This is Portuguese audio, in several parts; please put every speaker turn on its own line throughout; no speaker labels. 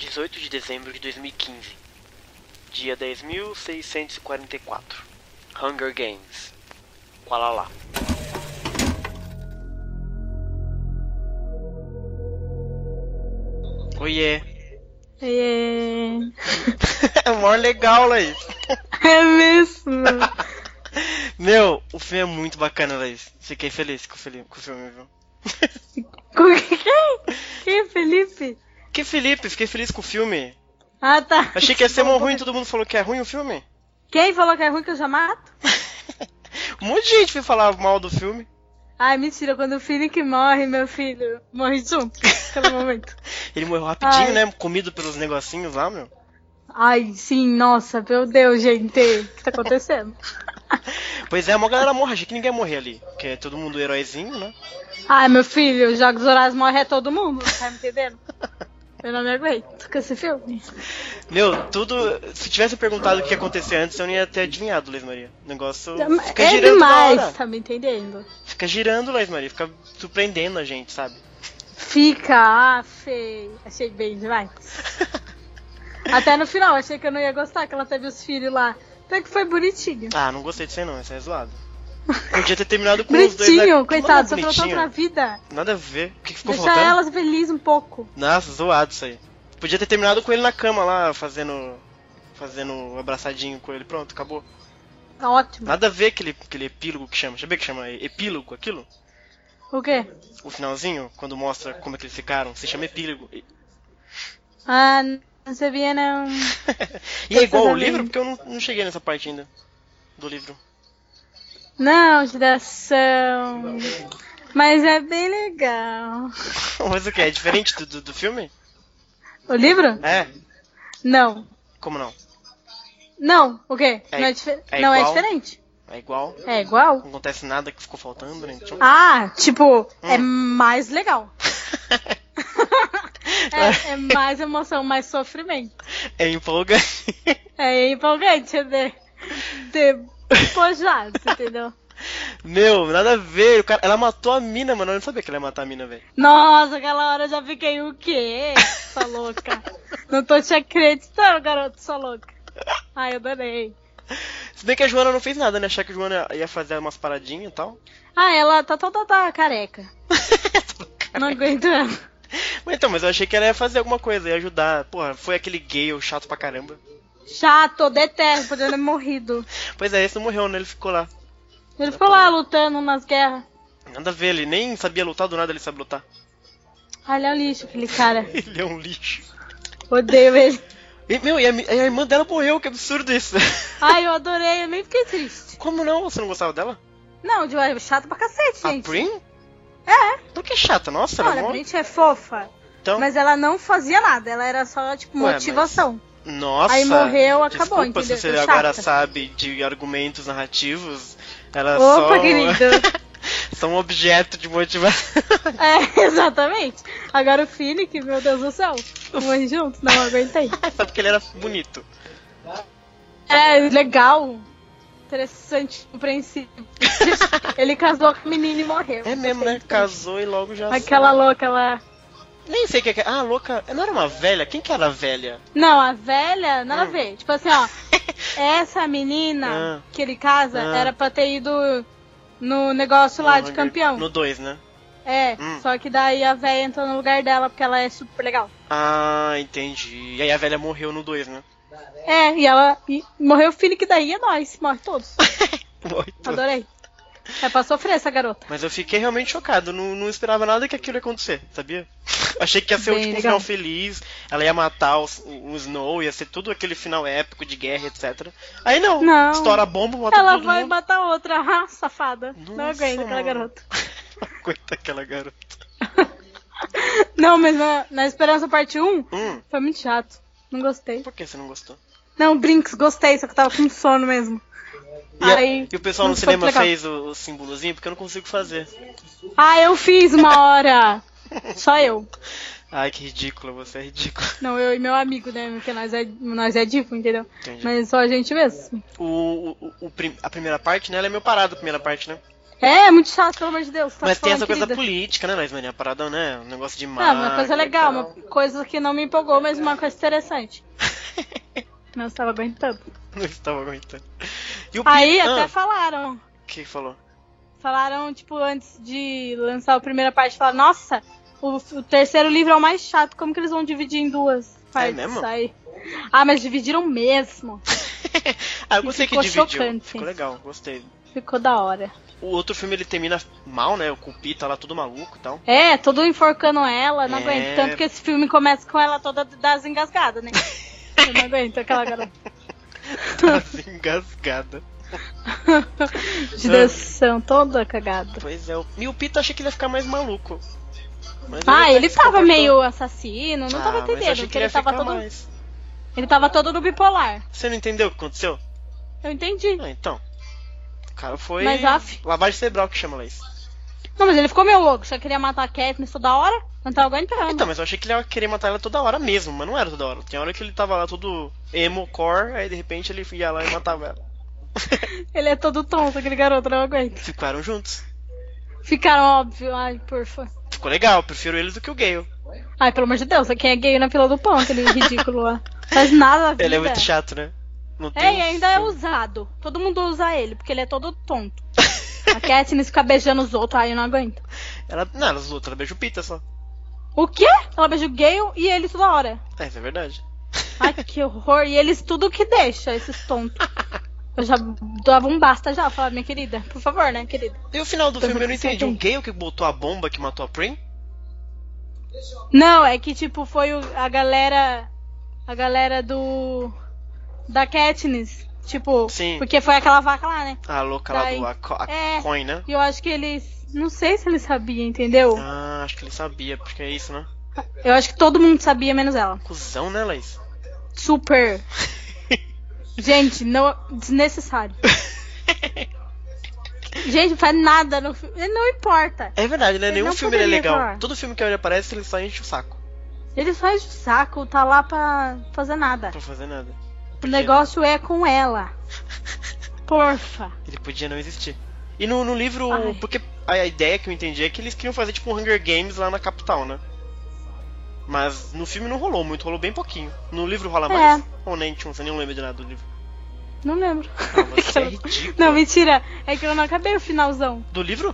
18 de dezembro de 2015. Dia 10.644. Hunger Games. Kualala. Oiê.
É,
É o maior legal, Laís.
é mesmo.
Meu, o filme é muito bacana, Laís. Fiquei feliz com o filme, com o filme viu?
Com quem? Quem, Felipe?
Que Felipe, fiquei feliz com o filme.
Ah, tá.
Achei que ia ser mó ruim, todo mundo falou que é ruim o filme.
Quem falou que é ruim que eu já mato?
Um monte de gente foi falar mal do filme.
Ai, mentira, quando o filho que morre, meu filho, morre junto, naquele momento.
Ele morreu rapidinho,
Ai.
né? Comido pelos negocinhos lá, meu.
Ai, sim, nossa, meu Deus, gente, o que tá acontecendo?
Pois é, a maior galera morre, achei que ninguém ia morrer ali. Porque é todo mundo heróizinho, né?
Ai, meu filho, Jogos Horários morre é todo mundo, tá me entendendo? Eu não me aguento com esse filme.
Meu, tudo. Se tivesse perguntado o que ia acontecer antes, eu não ia ter adivinhado, Laís Maria. O negócio fica
é
girando
demais,
na hora.
tá me entendendo?
Fica girando, Laís Maria. Fica surpreendendo a gente, sabe?
Fica, ah, feio. Achei bem demais. Até no final, achei que eu não ia gostar, que ela teve os filhos lá. Até que foi bonitinho.
Ah, não gostei disso aí não, isso aí é zoado. Podia ter terminado com os dois. né?
Bonitinho,
Não,
coitado, só faltou
bonitinho.
outra vida.
Nada a ver. O que que ficou
Deixar
faltando?
elas felizes um pouco.
Nossa, zoado isso aí. Podia ter terminado com ele na cama lá, fazendo. Fazendo um abraçadinho com ele. Pronto, acabou.
Tá ótimo.
Nada a ver aquele, aquele epílogo que chama. Deixa eu ver que chama epílogo aquilo?
O quê?
O finalzinho, quando mostra como é que eles ficaram, se chama epílogo. E,
Ah, não sabia não.
e é igual ao
Precisamente.
livro, porque eu não, não cheguei nessa parte ainda do livro.
Não, geração. Mas é bem legal.
Mas o que? É diferente do, do, do filme?
O livro?
É?
Não.
Como não?
Não, o quê?
É-
não é, difer...
é
não é
igual?
diferente.
É igual?
É igual?
Não acontece nada que ficou faltando, né? Tipo-
Ah, tipo, é mais legal. É, é mais emoção, mais sofrimento.
é empolgante.
É empolgante, é de, despojado, entendeu?
Meu, nada a ver. O cara, ela matou a mina, mano. Eu não sabia que ela ia matar a mina, velho.
Nossa, aquela hora eu já fiquei o quê? Sua louca. Não tô te acreditando, garoto, sua louca. Ai, eu danei.
Se bem que a Joana não fez nada, né? Achar que a Joana ia fazer umas paradinhas e tal.
Ah, ela tá toda tá, careca. Não aguentando.
Mas então, mas eu achei que ela ia fazer alguma coisa, ia ajudar. Porra, foi aquele gay, o chato pra caramba.
Chato, detesto, podia ter morrido.
Pois é, esse não morreu, né? Ele ficou lá.
Ele ficou lá lutando nas guerras.
Nada a ver, ele nem sabia lutar, do nada ele sabe lutar.
Ai, ele é um lixo, aquele cara.
Ele é um lixo.
Odeio ele.
E, meu, e a, mi- e a irmã dela morreu, que absurdo isso.
Ai, eu adorei, eu nem fiquei triste.
Como não? Você não gostava dela?
Não, de é chato pra cacete,
A
gente.
Prim?
É.
Por que chata? Nossa, ela
Olha,
é
a
mó...
Brit é fofa,
Então...
mas ela não fazia nada, ela era só, tipo,
Ué,
motivação.
Nossa.
Aí morreu, acabou,
Desculpa
entendeu?
se você
É chata.
agora sabe de argumentos narrativos. Ela
Opa,
só...
querido.
só um objeto de motivação.
É, exatamente. Agora o Philly, que, meu Deus do céu, morri junto, não aguentei.
Só porque ele era bonito.
É, legal, interessante, compreensível. Ele casou com a menina e morreu.
É mesmo, né? Casou e logo já.
Aquela louca, ela...
Nem sei o que é. que- Ah, louca. Não era uma velha? Quem que era a velha?
Não, a velha, nada a ver. Tipo assim, ó, essa menina
Hum. Ah.
que ele casa
Ah.
era pra ter ido no negócio lá
No
de
Hunger-
campeão.
No 2, né?
É,
Hum.
só que daí a véia entrou no lugar dela porque ela é super legal.
Ah, entendi. E aí a velha morreu no 2, né?
É, e ela e morreu o filho que daí é nós, morre todos.
Morreu.
Adorei. É pra sofrer essa garota.
Mas eu fiquei realmente chocado. Não, não esperava nada que aquilo ia acontecer, sabia? Achei que ia ser
Bem
tipo, um
legal.
final feliz. Ela ia matar o, o Snow, ia ser tudo aquele final épico de guerra, etc. Aí não.
Não.
Estoura a bomba, mata
ela
todo
vai
mundo.
matar outra, ah, safada.
Nossa,
Não aguento aquela
mano.
garota.
Coitada aquela garota.
Não, mas na, na Esperança Parte 1
Hum,
foi muito chato. Não gostei.
por que você não gostou?
Não, Brinks, gostei, só que eu tava com sono mesmo.
E, a-
Aí,
e o pessoal no
não ficou
cinema
legal.
fez o, o símbolozinho porque eu não consigo fazer.
Ah, eu fiz uma hora. Só eu.
Ai, que ridículo, você é ridículo.
Não, eu e meu amigo, né? Porque nós é, nós é divo, entendeu?
Entendi.
Mas só a gente mesmo.
O, o- o prim- a primeira parte, né? Ela é meio parada, a primeira parte, né?
É, é muito chato, pelo amor de Deus. tá
Mas tem
falando,
essa coisa
querida.
política, né, Lois Mania? A parada, né? Um negócio de
Ah,
marca.
uma coisa
e tal.
legal, uma coisa que não me empolgou, mas uma coisa interessante. Não estava aguentando.
Não estava aguentando. E o
Aí
pi-
até
Ah,
falaram.
que falou?
Falaram, tipo, antes de lançar a primeira parte, falaram, nossa, o, o terceiro livro é o mais chato, como que eles vão dividir em duas partes?
É mesmo?
Aí. Ah, mas dividiram mesmo.
Ah, eu
E
gostei que
ficou
dividiu.
chocante.
Ficou legal, gostei.
Ficou da hora.
O outro filme ele termina mal, né? Com o Pita lá todo maluco e tal.
É, todo enforcando ela, não
É.
aguento. Tanto que esse filme começa com ela toda das engasgadas, né? Eu não aguento aquela garota.
Tá assim, engasgada.
De direção toda cagada.
Pois é. o- E o Pita achei que ele ia ficar mais maluco. Mas
Ah,
até
ele
se
tava
comportou.
meio assassino, não tava
Ah, mas eu
entendendo,
achei
porque
ia
ele tava
ficar
todo.
mais.
Ele tava todo no bipolar.
Você não entendeu o que aconteceu?
Eu entendi.
Ah, então. O cara foi.
Mas, Ah, af.
Lavagem cerebral que chama lá isso.
Não, mas ele ficou meio louco, só queria matar a Katniss toda hora, não tava aguentando.
Então, mas eu achei que ele ia querer matar ela toda hora mesmo, mas não era toda hora. Tem hora que ele tava lá todo emo, core, aí de repente ele ia lá e matava ela.
Ele é todo tonto, aquele garoto, não aguento.
Ficaram juntos.
Ficaram óbvio, ai, porfa.
Ficou legal, eu prefiro ele do que o Gale.
Ai, pelo amor de Deus, quem é gay na fila do pão, aquele ridículo lá. Faz nada. a
Ele é
vida.
muito chato, né? Não
É, e
um
ainda é
fio.
usado. Todo mundo usa ele, porque ele é todo tonto. A Katniss fica beijando os outros, aí eu não aguento.
Ela. Não, elas lutam, ela beija o Pita só.
O quê? Ela beija o Gale e eles toda hora.
É, isso é verdade.
Ai, que horror. E eles tudo que deixa, esses tontos. Eu já dava um basta já, falava, minha querida. Por favor, né, querida?
E o final do
Tô
filme eu não
muito
entendi. O
contente.
Gale que botou a bomba que matou a Prim?
Não, é que tipo, foi o- a galera. A galera do. Da Katniss. Tipo,
Sim.
porque foi aquela vaca lá, né?
A louca lá
Daí-
do. A, co- a
É.
Coin, né?
E eu acho que eles. Não sei se eles sabiam, entendeu?
Ah, acho que ele sabia, porque é isso, né?
Eu acho que todo mundo sabia, menos ela.
Cusão, né, Laís?
Super. Gente, não. Desnecessário. Gente, faz nada no filme. Não importa.
É verdade, né?
Ele
Nenhum
não
filme ele é
poderia
legal.
falar.
Todo filme que ele aparece, ele só enche o saco
Ele faz o saco, tá lá pra fazer nada.
pra fazer nada.
O negócio é com ela. Porfa.
Ele podia não existir. E no, no livro,
Ai.
porque a a ideia que eu entendi é que eles queriam fazer tipo um Hunger Games lá na capital, né? Mas no filme não rolou muito, rolou bem pouquinho. No livro rola mais? Ou nem, tipo, você nem lembra de nada do livro.
Não lembro.
Ah, você é
Aquela-
ridículo.
Não, mentira. É que eu não acabei o finalzão.
Do livro?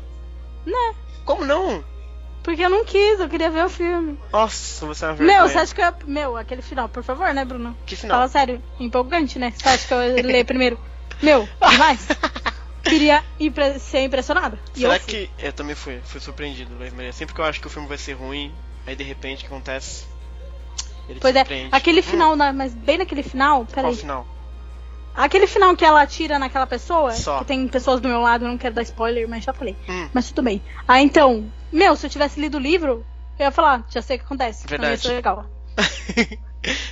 Né?
Como não?
Porque eu não quis, eu queria ver o filme.
Nossa, você é uma vergonha.
Meu, você acha que eu. ia- Meu, aquele final, por favor, né, Bruno?
Que
Fala
final?
sério, empolgante, né? Você acha que eu ia ler primeiro? Meu, demais. queria impre- ser impressionada. E
Será
eu fui.
que... é, Eu também fui, fui surpreendido, Luiz Maria. Sempre que eu acho que o filme vai ser ruim, aí de repente o que acontece? Ele te
Pois é,
surpreende.
aquele
Hum,
final, na- mas bem naquele final,
Qual
peraí.
o final?
Aquele final que ela atira naquela pessoa,
Só.
que tem pessoas do meu lado, eu não quero dar spoiler, mas já falei.
Hum.
Mas tudo bem. Ah, então, meu, se eu tivesse lido o livro, eu ia falar, já sei o que acontece. Então
Verdade.
ia ser legal.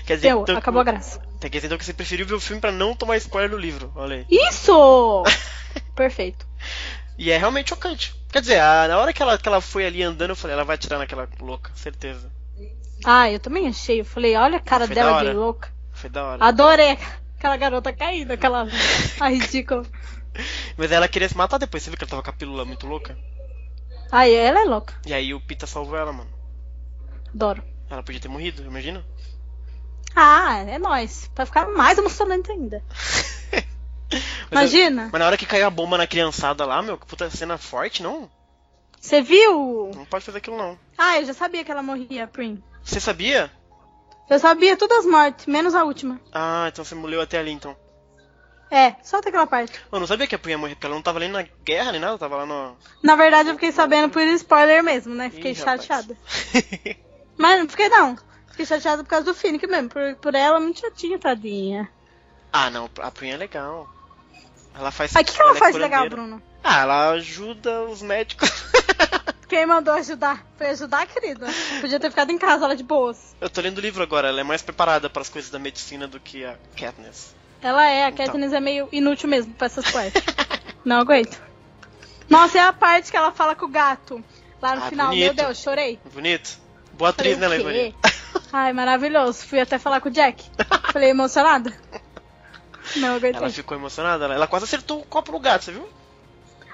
Quer dizer,
Deu,
então-
acabou a graça.
Tem que dizer então que você preferiu ver o filme pra não tomar spoiler do livro, olha aí.
Isso! Perfeito.
E é realmente chocante. Quer dizer, a- na hora que ela, que ela foi ali andando, eu falei, ela vai atirar naquela louca, certeza.
Ah, eu também achei. Eu falei, olha a cara
Foi da
dela de
hora.
louca.
Foi da hora.
Adorei aquela garota caída, aquela. Ai, ridícula.
Mas ela queria se matar depois, você viu que ela tava com a pílula muito louca?
Ai, ela é louca.
E aí o Pita salvou ela, mano.
Adoro.
Ela podia ter morrido, imagina?
Ah, é nóis. Vai ficar mais emocionante ainda.
Mas eu-
Imagina.
mas na hora que caiu a bomba na criançada lá, meu, que puta cena forte, não?
Você viu?
Não pode fazer aquilo não.
Ah, eu já sabia que ela morria, Prim.
Você sabia?
Eu sabia todas as mortes, menos a última.
Ah, então você molhou até ali então.
É, solta aquela parte.
Eu não sabia que a Prim ia morrer, porque ela não tava nem na guerra nem nada, tava lá no.
Na verdade, eu fiquei sabendo por spoiler mesmo, né? Fiquei
Ih, rapaz.
chateada. Mas não fiquei não. Fiquei chateada por causa do Finnick mesmo. Por, por ela, muito chatinha, tadinha.
Ah, não, a Prim é legal. Ela faz.
Aí o que, que ela
é
faz de legal,
curandeira.
Bruno?
Ah, ela ajuda os médicos.
Quem mandou ajudar? Foi ajudar, querida. Podia ter ficado em casa, ela de boas.
Eu tô lendo o livro agora, ela é mais preparada para as coisas da medicina do que a Katniss.
Ela é, a
Então.
Katniss é meio inútil mesmo pra essas partes. não aguento. Nossa, é a parte que ela fala com o gato. Lá no
Ah,
final, meu
bonito.
Deus, chorei.
Bonito? Boa
Falei,
atriz, né,
o quê?
Leivani?
Ai, maravilhoso. Fui até falar com o Jack. Falei, emocionada? Não aguentei.
Ela ficou emocionada, ela, ela quase acertou o copo no gato, você viu?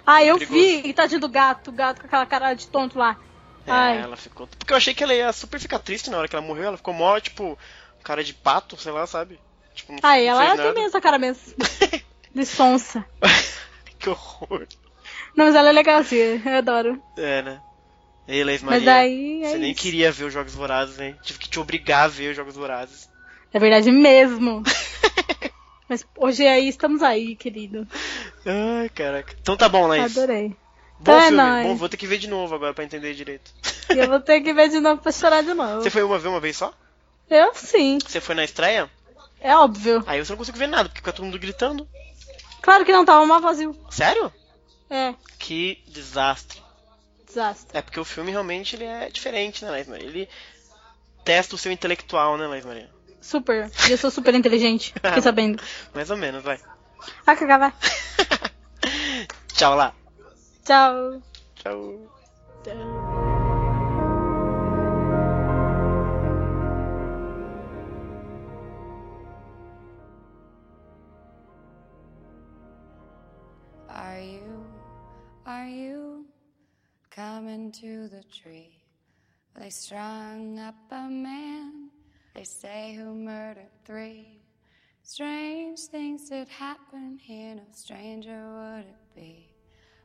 Ah, eu
Perigoso.
vi, e tadinho do gato, o gato com aquela cara de tonto lá.
É,
Ai.
ela ficou. Porque eu achei que ela ia super ficar triste na hora que ela morreu. Ela ficou mó, tipo, cara de pato, sei lá, sabe? Tipo, não,
Aí
não
ela
fez
ela tem
nada.
mesmo essa cara mesmo. De sonsa.
que horror.
Não, mas ela é legalzinha, eu adoro.
É, né? Ei, Leis Maria.
Mas daí é
Você nem
isso.
queria ver os Jogos Vorazes, hein? Tive que te obrigar a ver os Jogos Vorazes.
É verdade mesmo. mas hoje aí estamos aí, querido.
Ai, caraca. Então tá bom, Laís.
Adorei.
Bom
Então é
filme.
nóis.
Bom, vou ter que ver de novo agora pra entender direito.
E eu vou ter que ver de novo pra chorar de novo.
Você foi uma vez, uma vez só?
Eu sim,
Você foi na estreia?
é óbvio.
Aí você não conseguiu ver nada, porque fica todo mundo gritando.
Claro que não, tava mal vazio.
Sério?
É,
Que desastre.
desastre.
É porque o filme realmente ele é diferente, né, Laís Maria? Ele testa o seu intelectual, né, Laís Maria?
Super. E eu sou super inteligente, fiquei sabendo.
Mais ou menos, vai.
Ah, cagar, vai.
Tchau lá.
Tchau.
Tchau.
Are you, are you coming to the tree? They strung up a man, they say who murdered three. Strange things did happen here, no stranger would it be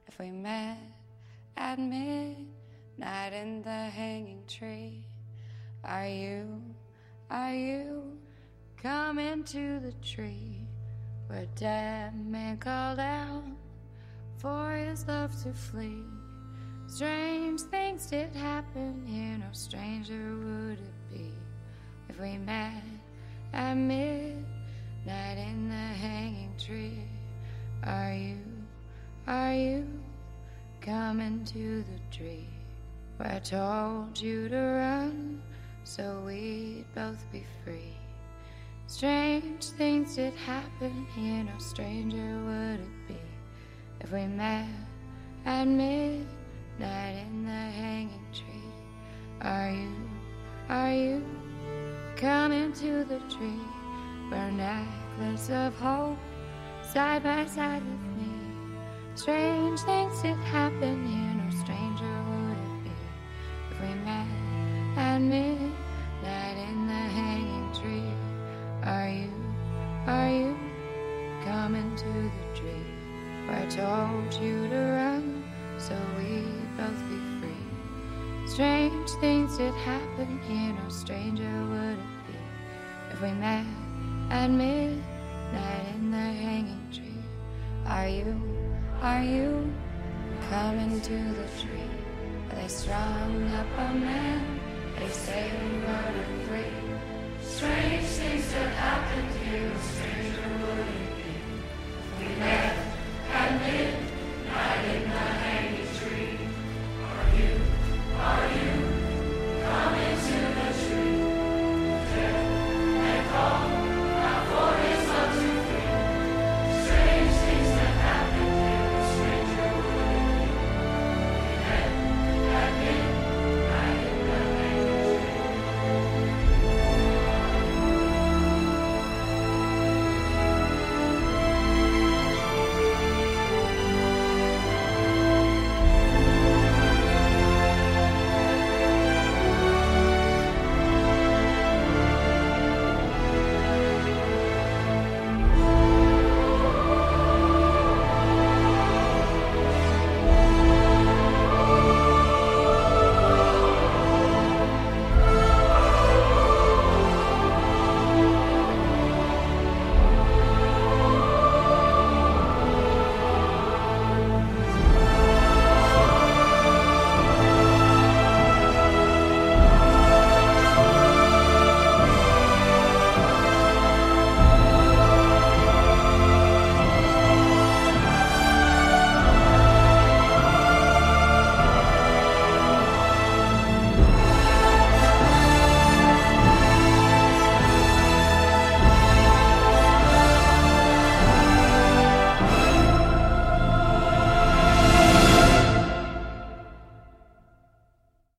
if we met at midnight in the hanging tree. Are you, are you coming to the tree where dead man called out for his love to flee? Strange things did happen here, no stranger would it be if we met at midnight in the hanging tree. Are you, are you coming to the tree where I told you to run so we'd both be free? Strange things did happen here, no stranger would it be if we met at midnight in the hanging tree. Are you, are you coming to the tree where a necklace of hope side by side with me? Strange things did happen here, no stranger would it be if we met at midnight in the hanging tree. Are you, are you coming to the tree where I told you to run so we'd both be free? Strange things did happen here, no stranger would it be if we met at midnight in the hanging tree. Are you, are you coming to the tree? They strung up a man, they say who murdered